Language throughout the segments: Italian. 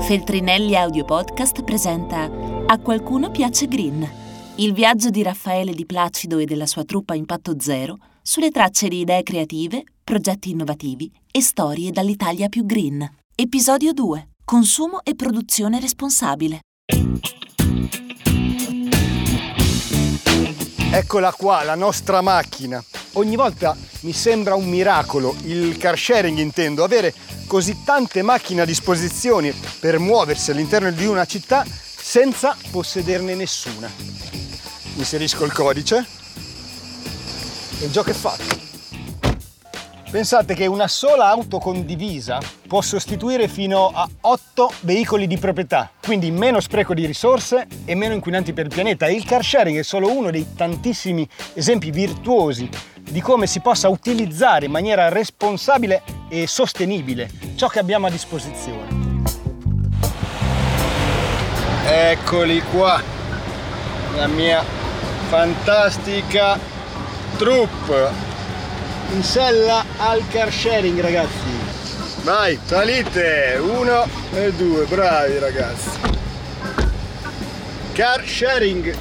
Feltrinelli Audio Podcast presenta A qualcuno piace Green, il viaggio di Raffaele Di Placido e della sua truppa Impatto Zero sulle tracce di idee creative, progetti innovativi e storie dall'Italia più green. Episodio 2. Consumo e produzione responsabile. Eccola qua, la nostra macchina. Ogni volta mi sembra un miracolo, il car sharing intendo, avere così tante macchine a disposizione per muoversi all'interno di una città senza possederne nessuna. Inserisco il codice e il gioco è fatto. Pensate che una sola auto condivisa può sostituire fino a 8 veicoli di proprietà, quindi meno spreco di risorse e meno inquinanti per il pianeta. E il car sharing è solo uno dei tantissimi esempi virtuosi di come si possa utilizzare in maniera responsabile e sostenibile ciò che abbiamo a disposizione. Eccoli qua, la mia fantastica troupe in sella al car sharing ragazzi vai salite uno e due bravi ragazzi car sharing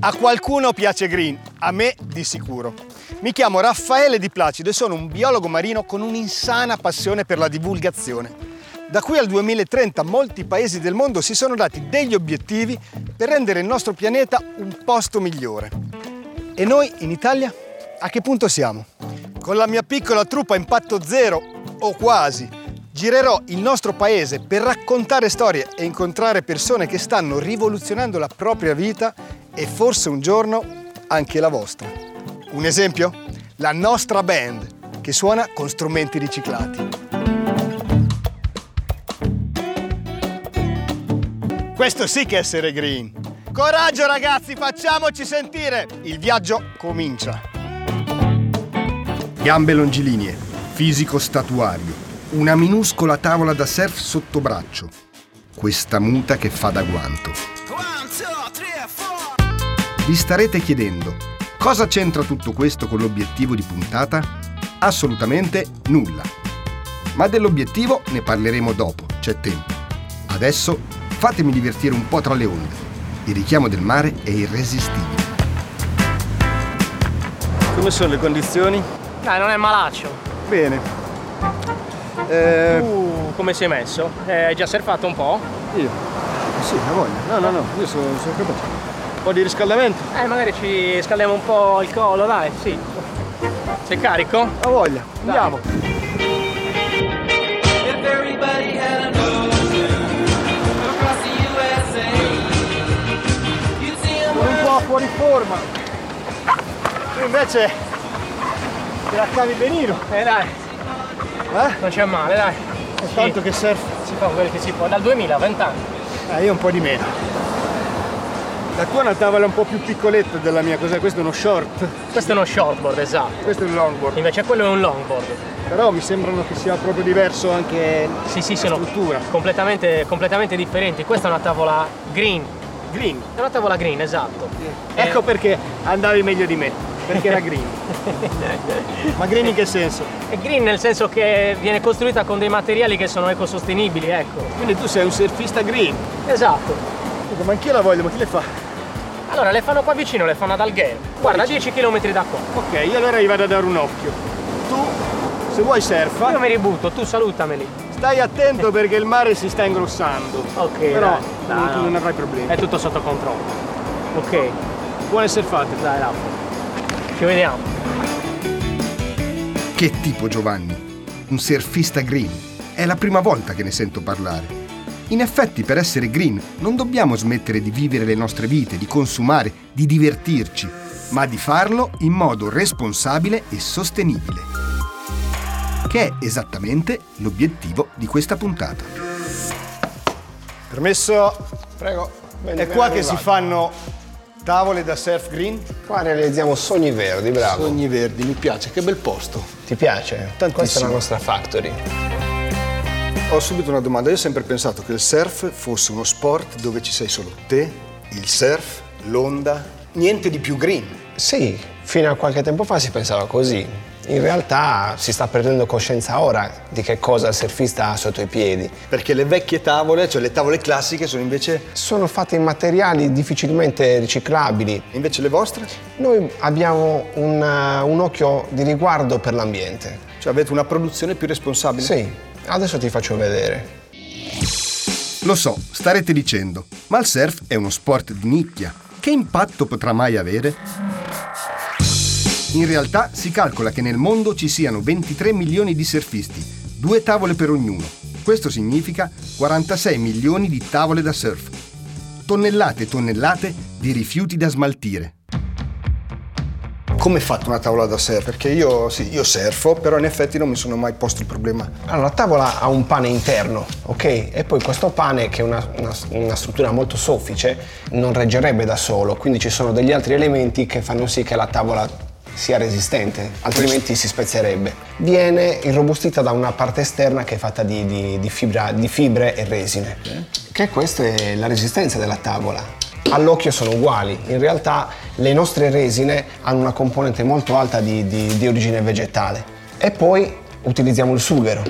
a qualcuno piace green a me di sicuro mi chiamo Raffaele Di Placido e sono un biologo marino con un'insana passione per la divulgazione da qui al 2030 molti paesi del mondo si sono dati degli obiettivi per rendere il nostro pianeta un posto migliore. E noi in Italia a che punto siamo? Con la mia piccola truppa impatto zero, o quasi, girerò il nostro paese per raccontare storie e incontrare persone che stanno rivoluzionando la propria vita e forse un giorno anche la vostra. Un esempio? La nostra band, che suona con strumenti riciclati. Questo sì che è essere green. Coraggio ragazzi, facciamoci sentire! Il viaggio comincia. Gambe longilinee, fisico statuario, una minuscola tavola da surf sotto braccio. Questa muta che fa da guanto. Vi starete chiedendo, cosa c'entra tutto questo con l'obiettivo di puntata? Assolutamente nulla. Ma dell'obiettivo ne parleremo dopo, c'è tempo. Adesso fatemi divertire un po' tra le onde. Il richiamo del mare è irresistibile. Come sono le condizioni? Dai, non è malaccio. Bene. Eh, Uh, come sei messo? Eh, hai già surfato un po'? Io? eh, Sì, la voglia. No, no, no, io sono, sono capace. Un po' di riscaldamento? Eh, magari ci scaldiamo un po' il collo, dai, sì. Sei carico? La voglia. Dai. Andiamo. If everybody had an ocean across the USA, you'd see a Sono un po' fuori forma. Tu invece te la cavi benino, Eh dai, eh? non c'è male, dai. È tanto che surf. Si fa quello che si può, dal 2000, 20 anni. Eh, io un po' di meno. La tua è una tavola un po' più piccoletta della mia, cos'è? Questo è uno short, Questo è uno shortboard, esatto. questo è un longboard. Invece quello è un longboard. Però mi sembrano che sia proprio diverso anche Sì, sì, la sono struttura. completamente, completamente differenti. Questa è una tavola green. Green. È una tavola green, esatto. Ecco perché andavi meglio di me, perché era green. Ma green in che senso? È green nel senso che viene costruita con dei materiali che sono ecosostenibili, ecco. Quindi tu sei un surfista green. Esatto. Dico, ma anch'io la voglio, ma chi le fa? Allora, le fanno qua vicino, le fanno ad Alghero. Guarda, 10 km da qua. Ok, io allora gli vado a dare un occhio. Tu, se vuoi Io surfa, mi ributto, tu salutameli. stai attento perché il mare si sta ingrossando. Ok, Però dai. tu No, non, no. Eh. tu non avrai problemi. È tutto sotto controllo. Ok, Buone surfate. dai, là. Ci vediamo. Che tipo Giovanni? Un surfista green. È la prima volta che ne sento parlare. In effetti, per essere green, non dobbiamo smettere di vivere le nostre vite, di consumare, di divertirci, ma di farlo in modo responsabile e sostenibile. Che è esattamente l'obiettivo di questa puntata. Permesso? Prego. è qua che si fanno tavole da surf green? Qua realizziamo sogni verdi, bravo. Sogni verdi, mi piace, che bel posto. Ti piace? Questa è la nostra factory. Ho subito una domanda, io ho sempre pensato che il surf fosse uno sport dove ci sei solo te, il surf, l'onda, niente di più green. Sì, Fino a qualche tempo fa si pensava così. In realtà si sta perdendo coscienza ora di che cosa il surfista ha sotto i piedi. Perché le vecchie tavole, cioè le tavole classiche, sono invece, Sono fatte in materiali difficilmente riciclabili. invece le vostre? Noi abbiamo un, eh, un occhio di riguardo per l'ambiente. Cioè avete una produzione più responsabile. Sì, adesso ti faccio vedere. Lo so, starete dicendo, ma il surf è uno sport di nicchia. Che impatto potrà mai avere? In realtà si calcola che nel mondo ci siano 23 milioni di surfisti, due tavole per ognuno. Questo significa 46 milioni di tavole da surf, tonnellate e tonnellate di rifiuti da smaltire. Come è fatta una tavola da surf? Perché io, sì, io surfo, però in effetti non mi sono mai posto il problema. Allora, la tavola ha un pane interno, ok? E poi questo pane, che è una, una- una struttura molto soffice, non reggerebbe da solo, quindi ci sono degli altri elementi che fanno sì che la tavola sia resistente, altrimenti si spezzerebbe. Viene irrobustita da una parte esterna che è fatta di, di- di fibra- di fibre e resine, che questa è la resistenza della tavola. All'occhio sono uguali, in realtà le nostre resine hanno una componente molto alta di- di- di origine vegetale. E poi utilizziamo il sughero.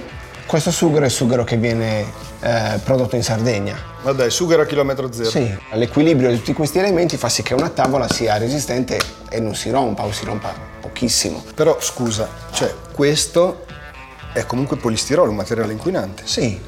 Questo sughero è il sughero che viene eh, prodotto in Sardegna. Ma dai, sughero a chilometro zero. Sì. L'equilibrio di tutti questi elementi fa sì che una tavola sia resistente e non si rompa o si rompa pochissimo. Però scusa, cioè questo è comunque polistirolo, un materiale inquinante. Sì.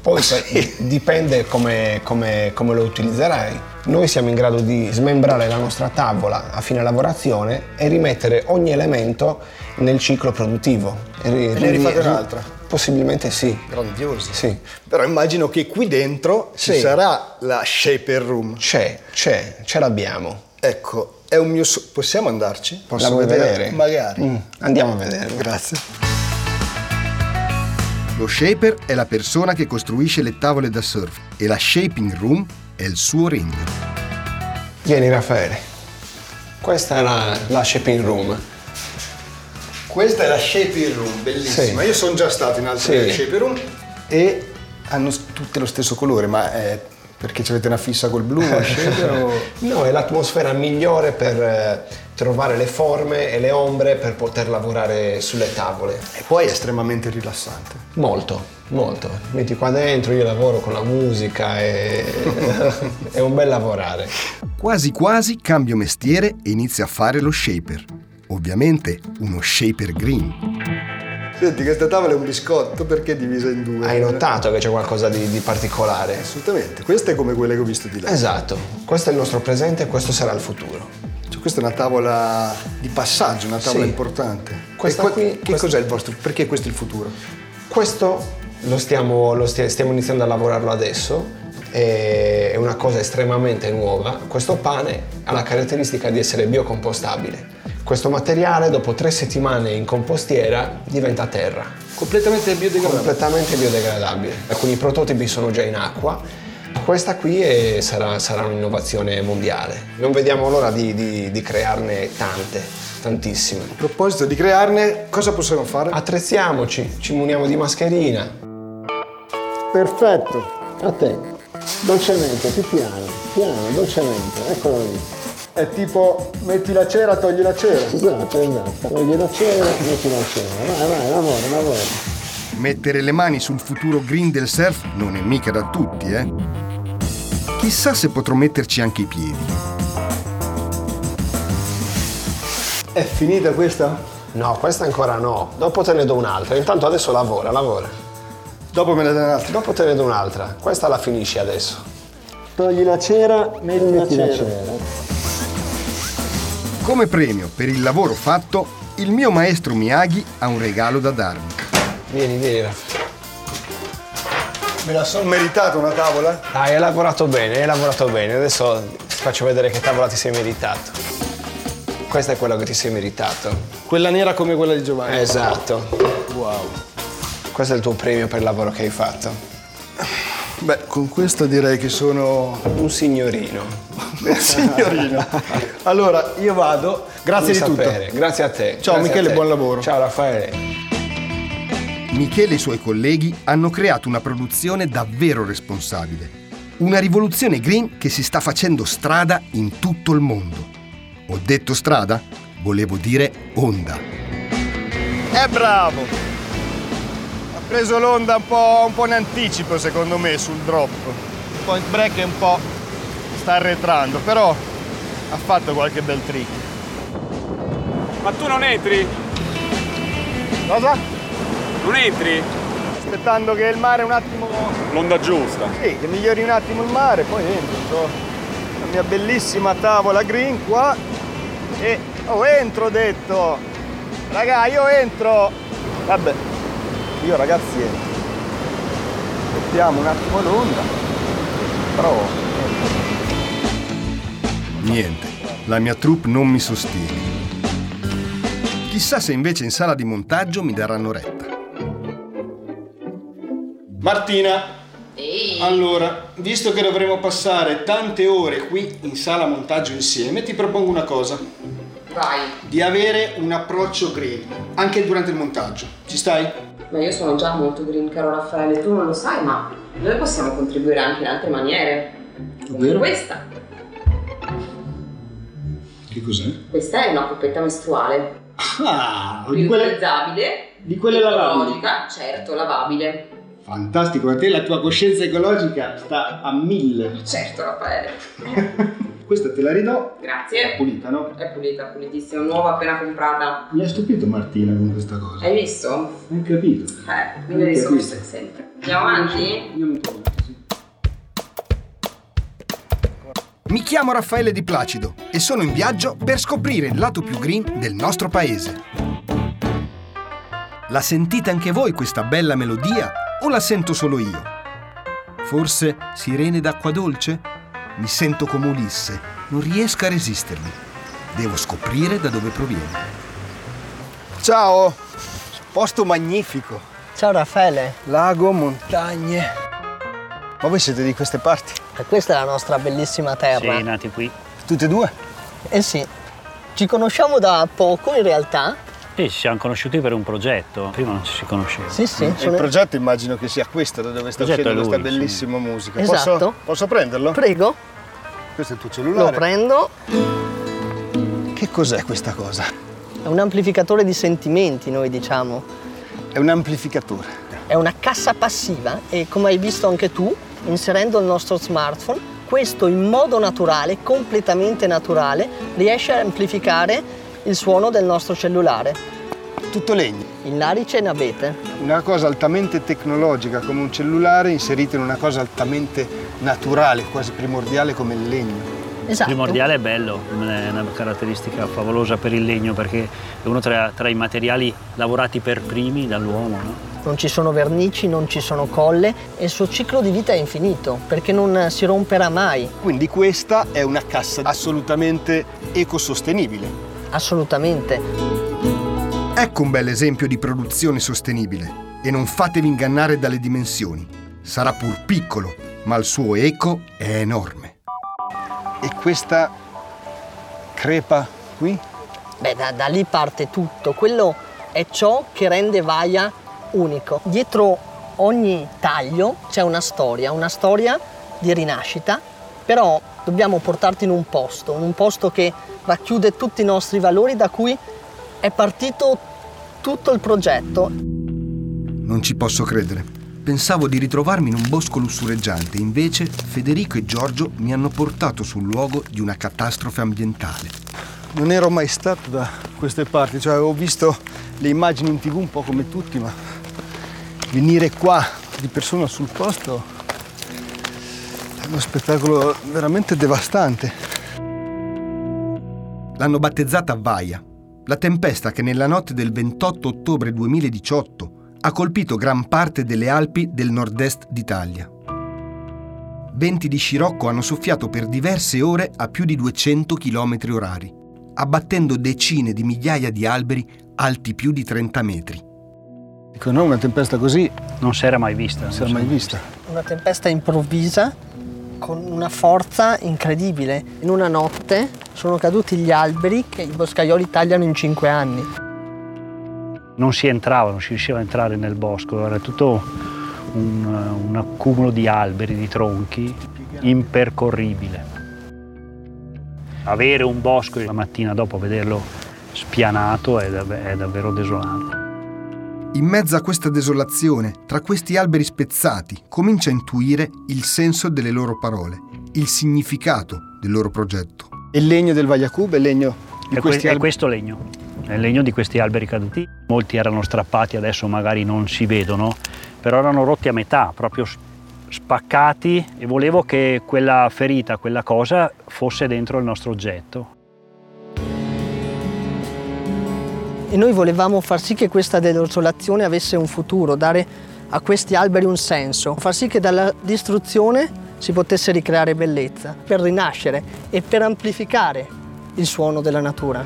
Poi se- dipende come, come- come lo utilizzerai. Noi siamo in grado di smembrare la nostra tavola a fine lavorazione e rimettere ogni elemento nel ciclo produttivo. E, ri- ne rifate ri- un'altra? Possibilmente sì. Grandioso. Sì. Però immagino che qui dentro ci Sì. sarà la shaper room. C'è, c'è, ce l'abbiamo. Ecco, è un mio so- Possiamo andarci? La Posso vuoi vedere? vedere? Magari. Mm, andiamo a vedere. Grazie. Lo shaper è la persona che costruisce le tavole da surf e la shaping room è il suo ring. Vieni Raffaele. Questa è la, la shaping room. Questa è la shaper room, bellissima. Sì. Io sono già stato in altre Sì. shaper room e hanno s- tutte lo stesso colore, ma è perché ci avete una fissa col blu? la shaper o- No, è l'atmosfera migliore per eh, trovare le forme e le ombre per poter lavorare sulle tavole. E poi è estremamente rilassante. Molto, molto. Metti qua dentro, io lavoro con la musica e è un bel lavorare. Quasi quasi cambio mestiere e inizio a fare lo shaper. Ovviamente uno shaper green. Senti, questa tavola è un biscotto perché è divisa in due. Hai notato che c'è qualcosa di, di particolare? Assolutamente, questa è come quelle che ho visto di là. Esatto, questo è il nostro presente e questo sarà il futuro. Cioè, questa è una tavola di passaggio, una tavola Sì. importante. Questa E qua- qui- Che questa- cos'è il vostro? Perché questo è il futuro? Questo lo stiamo, lo stia- stiamo iniziando a lavorarlo adesso, è una cosa estremamente nuova. Questo pane ha la caratteristica di essere biocompostabile. Questo materiale dopo tre settimane in compostiera diventa terra, Completamente biodegradabile. completamente biodegradabile. Alcuni prototipi sono già in acqua. Questa qui è- sarà, sarà un'innovazione mondiale. Non vediamo l'ora di, di- di crearne tante, tantissime. A proposito di crearne, cosa possiamo fare? Attrezziamoci, ci muniamo di mascherina, Perfetto, a te. Dolcemente, più piano, piano, dolcemente, eccolo lì. È tipo metti la cera, togli la cera. Esatto, esatto. Togli la cera, metti la cera. Vai, vai, lavora, lavora. Mettere le mani sul futuro green del surf non è mica da tutti, eh? Chissà se potrò metterci anche i piedi. È finita questa? No, questa ancora no. Dopo te ne do un'altra. Intanto adesso lavora, lavora. Dopo me ne dai un'altra. Dopo te ne do un'altra. Questa la finisci adesso. Togli la cera, metti, la, cera. Come premio per il lavoro fatto, il mio maestro Miyagi ha un regalo da darmi. Vieni, vieni. Raffa. Me la sono meritata una tavola? Dai, hai lavorato bene, hai lavorato bene. Adesso ti faccio vedere che tavola ti sei meritato. Questa è quella che ti sei meritato. Quella nera come quella di Giovanni. Esatto. Wow. Questo è il tuo premio per il lavoro che hai fatto. Beh, con questa direi che sono Un signorino. un signorino. allora, io vado. Grazie di Fammi sapere. tutto. Grazie a te. Ciao, Grazie a Michele, te. buon lavoro. Ciao Raffaele. Michele e i suoi colleghi hanno creato una produzione davvero responsabile. Una rivoluzione green che si sta facendo strada in tutto il mondo. Ho detto strada? Volevo dire onda. È bravo! Ha preso l'onda un po', un po' in anticipo secondo me sul drop. Il point break è un po' sta arretrando, però ha fatto qualche bel trick. Ma tu non entri? Cosa? Non entri? Aspettando che il mare un attimo... L'onda giusta. Sì, che migliori un attimo il mare, poi entro. so. La mia bellissima tavola green qua. E... Oh, entro, ho detto! Raga, io entro! Vabbè, io ragazzi entro. Aspettiamo un attimo l'onda. Però... Niente, la mia troupe non mi sostiene. Chissà se invece in sala di montaggio mi daranno retta. Martina, allora, visto che dovremo passare tante ore qui in sala montaggio insieme, ti propongo una cosa, Vai, di avere un approccio green, anche durante il montaggio. Ci stai? ma io sono già molto green, caro Raffaele, tu non lo sai, ma noi possiamo contribuire anche in altre maniere. Come Ovvero? questa. Che cos'è? Questa è una coppetta mestruale. Ah, di quelle... Riutilizzabile. di quelle lavabili. Ecologica, certo, lavabile. Fantastico, da te la tua coscienza ecologica sta a mille. Certo, Raffaele. Questa te la ridò, è Grazie. pulita, no? È pulita, pulitissima, nuova appena comprata. Mi ha stupito Martina con questa cosa. Hai visto? Hai capito? Eh, quindi le risorse sempre. Andiamo avanti? Io mi trovo. Mi chiamo Raffaele Di Placido e sono in viaggio per scoprire il lato più green del nostro paese. La sentite anche voi questa bella melodia o la sento solo io? Forse sirene d'acqua dolce? Mi sento come Ulisse, non riesco a resistermi. Devo scoprire da dove proviene. Ciao! Posto magnifico. Ciao Raffaele, Lago, montagne. Ma voi siete di queste parti? e questa è la nostra bellissima terra. Sì, nati qui. Tutte e due? Eh sì, ci conosciamo da poco in realtà. E Eh, ci siamo conosciuti per un progetto, prima non ci si conosceva. Sì, sì, Il sono- progetto immagino che sia questo, da dove sta uscendo progetto è lui, questa sì. bellissima musica. Esatto. Posso, posso prenderlo? Prego, Questo è il tuo lo cellulare. prendo. che cos'è questa cosa? È un amplificatore di sentimenti, noi diciamo. È un amplificatore. È una cassa passiva e come hai visto anche tu, inserendo il nostro smartphone, questo in modo naturale, completamente naturale, riesce a amplificare il suono del nostro cellulare. Tutto legno. In larice e in abete. Una cosa altamente tecnologica come un cellulare inserita in una cosa altamente naturale, quasi primordiale come il legno. Esatto. Primordiale è bello, è una caratteristica favolosa per il legno perché è uno tra, tra i materiali lavorati per primi dall'uomo. no? Non ci sono vernici, non ci sono colle e il suo ciclo di vita è infinito perché non si romperà mai, Quindi questa è una cassa assolutamente ecosostenibile. assolutamente. Ecco un bel esempio di produzione sostenibile e non fatevi ingannare dalle dimensioni. Sarà pur piccolo, ma il suo eco è enorme. E questa crepa qui? Beh, da, da lì parte tutto, quello è ciò che rende Vaia unico. Dietro ogni taglio c'è una storia, una storia di rinascita, però dobbiamo portarti in un posto, in un posto che racchiude tutti i nostri valori da cui è partito tutto il progetto. Non ci posso credere. Pensavo di ritrovarmi in un bosco lussureggiante, invece Federico e Giorgio mi hanno portato sul luogo di una catastrofe ambientale. Non ero mai stato da queste parti, cioè avevo visto le immagini in tv un po' come tutti, ma venire qua di persona sul posto è uno spettacolo veramente devastante. L'hanno battezzata Vaia, la tempesta che nella notte del 28 ottobre 2018 ha colpito gran parte delle Alpi del nord-est d'Italia. Venti di scirocco hanno soffiato per diverse ore a più di 200 km orari, abbattendo decine di migliaia di alberi alti più di 30 metri. Dico, no, una tempesta così non Non si era mai vista. si era mai vista. Una tempesta improvvisa con una forza incredibile. In una notte sono caduti gli alberi che i boscaioli tagliano in cinque anni. Non si entrava, non si riusciva a entrare nel bosco, era tutto un, un accumulo di alberi, di tronchi, impercorribile. Avere un bosco e la mattina dopo vederlo spianato è, dav- è davvero desolante. In mezzo a questa desolazione, tra questi alberi spezzati, comincia a intuire il senso delle loro parole, il significato del loro progetto. Il legno del Vagliacuba è il legno di È, que- questi è alberi. questo legno, è il legno di questi alberi caduti. Molti erano strappati, adesso magari non si vedono, però erano rotti a metà, proprio s- spaccati e volevo che quella ferita, quella cosa fosse dentro il nostro oggetto. E noi volevamo far sì che questa desolazione avesse un futuro, dare a questi alberi un senso, far sì che dalla distruzione si potesse ricreare bellezza, per rinascere e per amplificare il suono della natura.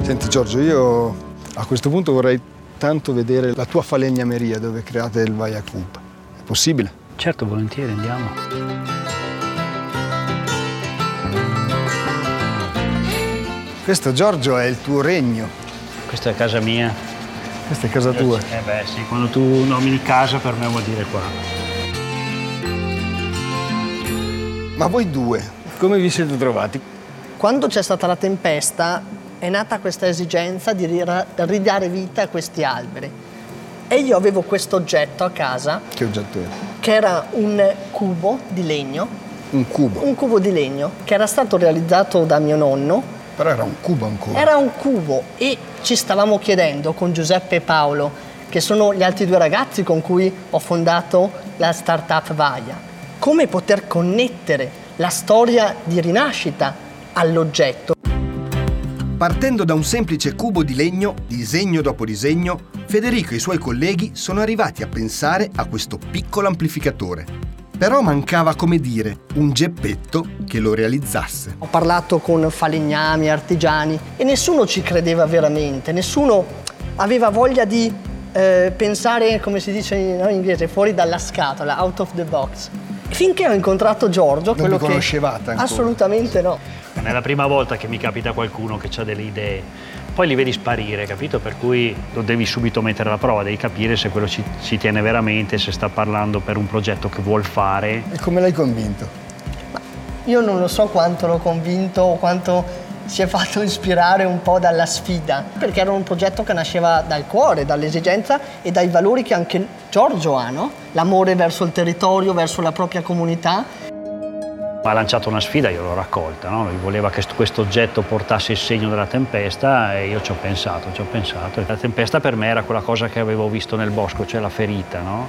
Senti Giorgio, io a questo punto vorrei tanto vedere la tua falegnameria dove create il Vagliacuba. È possibile? Certo, volentieri, andiamo. Questo Giorgio è il tuo regno. Questa è casa mia. Questa è casa tua. Eh beh sì, quando tu nomini casa per me vuol dire qua. Ma voi due, come vi siete trovati? Quando c'è stata la tempesta è nata questa esigenza di rira- ridare vita a questi alberi. E io avevo questo oggetto a casa, Che oggetto è? che era un cubo di legno Un cubo. un cubo di legno che era stato realizzato da mio nonno. Però era un cubo ancora. Era un cubo e ci stavamo chiedendo con Giuseppe e Paolo, che sono gli altri due ragazzi con cui ho fondato la startup Vaia, come poter connettere la storia di rinascita all'oggetto. Partendo da un semplice cubo di legno, disegno dopo disegno, Federico e i suoi colleghi sono arrivati a pensare a questo piccolo amplificatore. Però mancava, come dire, un geppetto che lo realizzasse. Ho parlato con falegnami, artigiani e nessuno ci credeva veramente, nessuno aveva voglia di eh, pensare, come si dice in, no, in inglese, fuori dalla scatola, out of the box. Finché ho incontrato Giorgio, vi quello che... conoscevate ancora. Assolutamente no. Non è la prima volta che mi capita qualcuno che ha delle idee, poi li vedi sparire, capito? Per cui lo devi subito mettere alla prova, devi capire se quello ci, ci tiene veramente, se sta parlando per un progetto che vuol fare. E come l'hai convinto? Io non lo so quanto l'ho convinto o quanto si è fatto ispirare un po' dalla sfida, perché era un progetto che nasceva dal cuore, dall'esigenza e dai valori che anche Giorgio ha, no? L'amore verso il territorio, verso la propria comunità. Ha lanciato una sfida, io l'ho raccolta, no? lui voleva che questo oggetto portasse il segno della tempesta e io ci ho pensato, ci ho pensato. La tempesta per me era quella cosa che avevo visto nel bosco, cioè la ferita. no?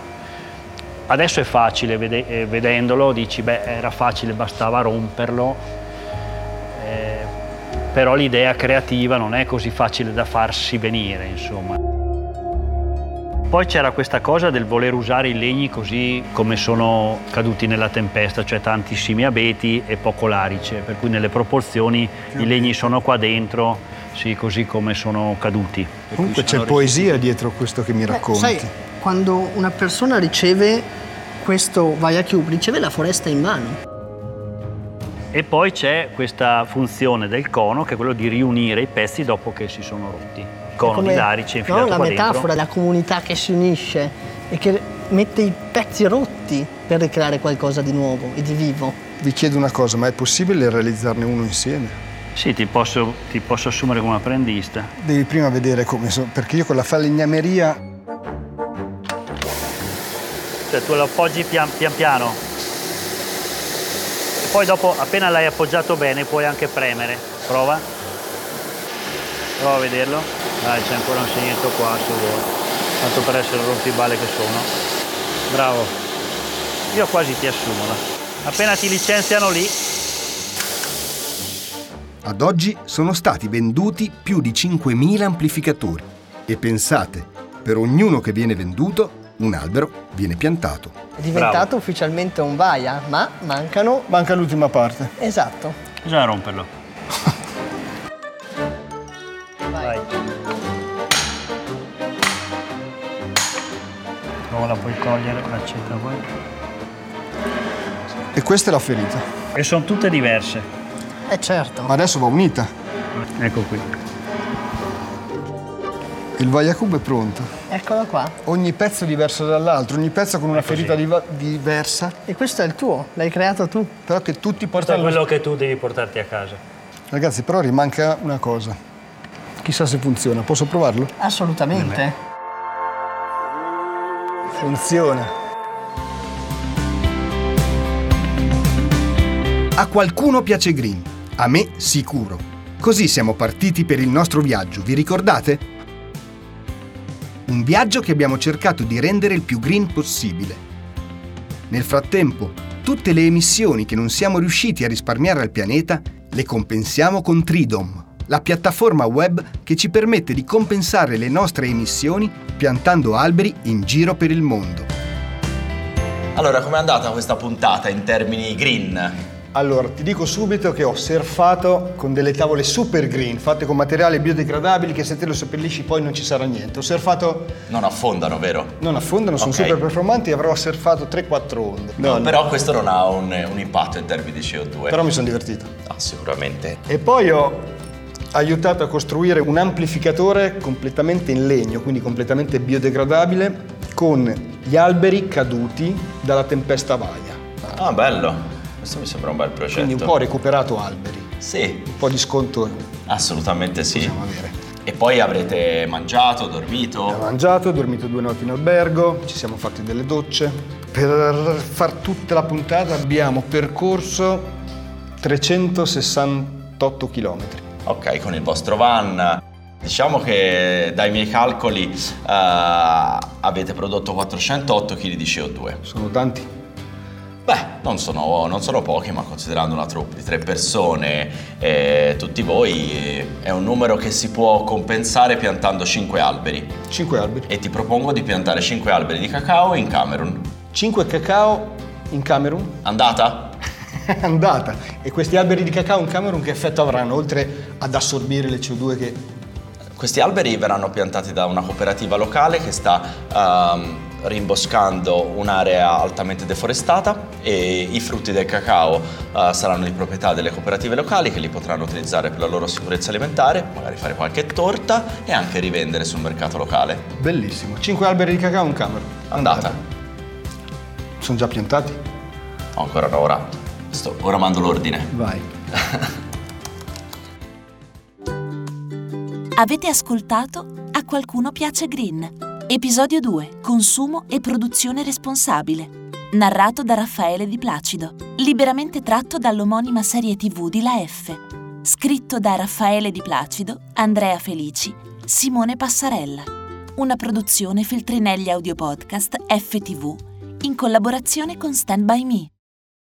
Adesso è facile, vede- eh, vedendolo dici, beh, era facile, bastava romperlo, eh, però l'idea creativa non è così facile da farsi venire, insomma. Poi c'era questa cosa del voler usare i legni così come sono caduti nella tempesta, cioè tantissimi abeti e poco larice, per cui nelle proporzioni i legni sono qua dentro, sì, così come sono caduti. Comunque c'è poesia dietro questo che mi racconti. sai, quando una persona riceve questo Via Cube, riceve la foresta in mano. E poi c'è questa funzione del cono che è quello di riunire i pezzi dopo che si sono rotti. Il cono Come- di larice infilato no, la qua metafora, dentro. la comunità che si unisce e che mette i pezzi rotti per ricreare qualcosa di nuovo e di vivo. Vi chiedo una cosa, ma è possibile realizzarne uno insieme? Sì, ti posso, ti posso assumere come apprendista. Devi prima vedere come sono, perché io con la falegnameria Cioè tu lo appoggi pian, pian piano. E poi dopo, appena l'hai appoggiato bene, puoi anche premere. Prova. Prova a vederlo. Dai, c'è ancora un segnetto qua se vuoi. Tanto per essere il rompiballe che sono. Bravo. Io quasi ti assumo. là. Appena ti licenziano lì, Ad oggi sono stati venduti più di 5.000 amplificatori. E pensate, per ognuno che viene venduto, un albero viene piantato. È diventato ufficialmente un Vaia, ma mancano... manca l'ultima parte. Esatto. bisogna romperlo. Vai. Prova la puoi cogliere, l'accetta poi. E questa è la ferita. E sono tutte diverse. Eh certo. Ma adesso va unita. Ecco qui. Il Vagliacuba è pronto. Eccolo qua. Ogni pezzo diverso dall'altro, ogni pezzo con una ferita diva- diversa, E questo è il tuo, l'hai creato tu. però che tutti Questo è portano... quello che tu devi portarti a casa. Ragazzi, però rimanca una cosa. Chissà se funziona. Posso provarlo? Assolutamente. Funziona. A qualcuno piace Green, a me sicuro. Così siamo partiti per il nostro viaggio, vi ricordate? Un viaggio che abbiamo cercato di rendere il più green possibile. Nel frattempo, tutte le emissioni che non siamo riusciti a risparmiare al pianeta le compensiamo con Tridom, la piattaforma web che ci permette di compensare le nostre emissioni piantando alberi in giro per il mondo. Allora, com'è andata questa puntata in termini green? Allora, ti dico subito che ho surfato con delle tavole super green, fatte con materiali biodegradabili che se te lo seppellisci poi non ci sarà niente. Ho surfato, Non affondano, vero? non affondano, sono Ok. super performanti e avrò surfato 3-4 onde. No, però questo non ha un, un impatto in termini di CO2. Però mi sono divertito. Ah, sicuramente. E poi ho aiutato a costruire un amplificatore completamente in legno, quindi completamente biodegradabile, con gli alberi caduti dalla tempesta Vaia. Ah, bello. Questo mi sembra un bel progetto. Quindi un po' ho recuperato alberi. Sì. Un po' di sconto. Assolutamente sì. E poi avrete mangiato, dormito. Ho mangiato, ho dormito due notti in albergo, ci siamo fatti delle docce. Per far tutta la puntata abbiamo percorso 368 km. Ok, con il vostro van. Diciamo che dai miei calcoli eh, avete prodotto 408 kg di CO2. Sono tanti. Beh, non sono, non sono pochi, ma considerando una troupe di tre persone, eh, tutti voi, eh, è un numero che si può compensare piantando 5 alberi. 5 alberi. E ti propongo di piantare 5 alberi di cacao in Camerun. 5 cacao in Camerun. Andata? È andata. E questi alberi di cacao in Camerun che effetto avranno, oltre ad assorbire le CO2 che... Questi alberi verranno piantati da una cooperativa locale che sta ehm, rimboscando un'area altamente deforestata e i frutti del cacao eh, saranno di proprietà delle cooperative locali che li potranno utilizzare per la loro sicurezza alimentare, magari fare qualche torta e anche rivendere sul mercato locale. Bellissimo. 5 alberi di cacao in Camerun. Andata. Sono già piantati? Ho ancora un'ora. Sto- ora mando l'ordine. Vai. Avete ascoltato A qualcuno piace Green, episodio 2, consumo e produzione responsabile, narrato da Raffaele Di Placido, liberamente tratto dall'omonima serie tv di La F, scritto da Raffaele Di Placido, Andrea Felici, Simone Passarella, una produzione Feltrinelli Audio Podcast FTV in collaborazione con Stand By Me.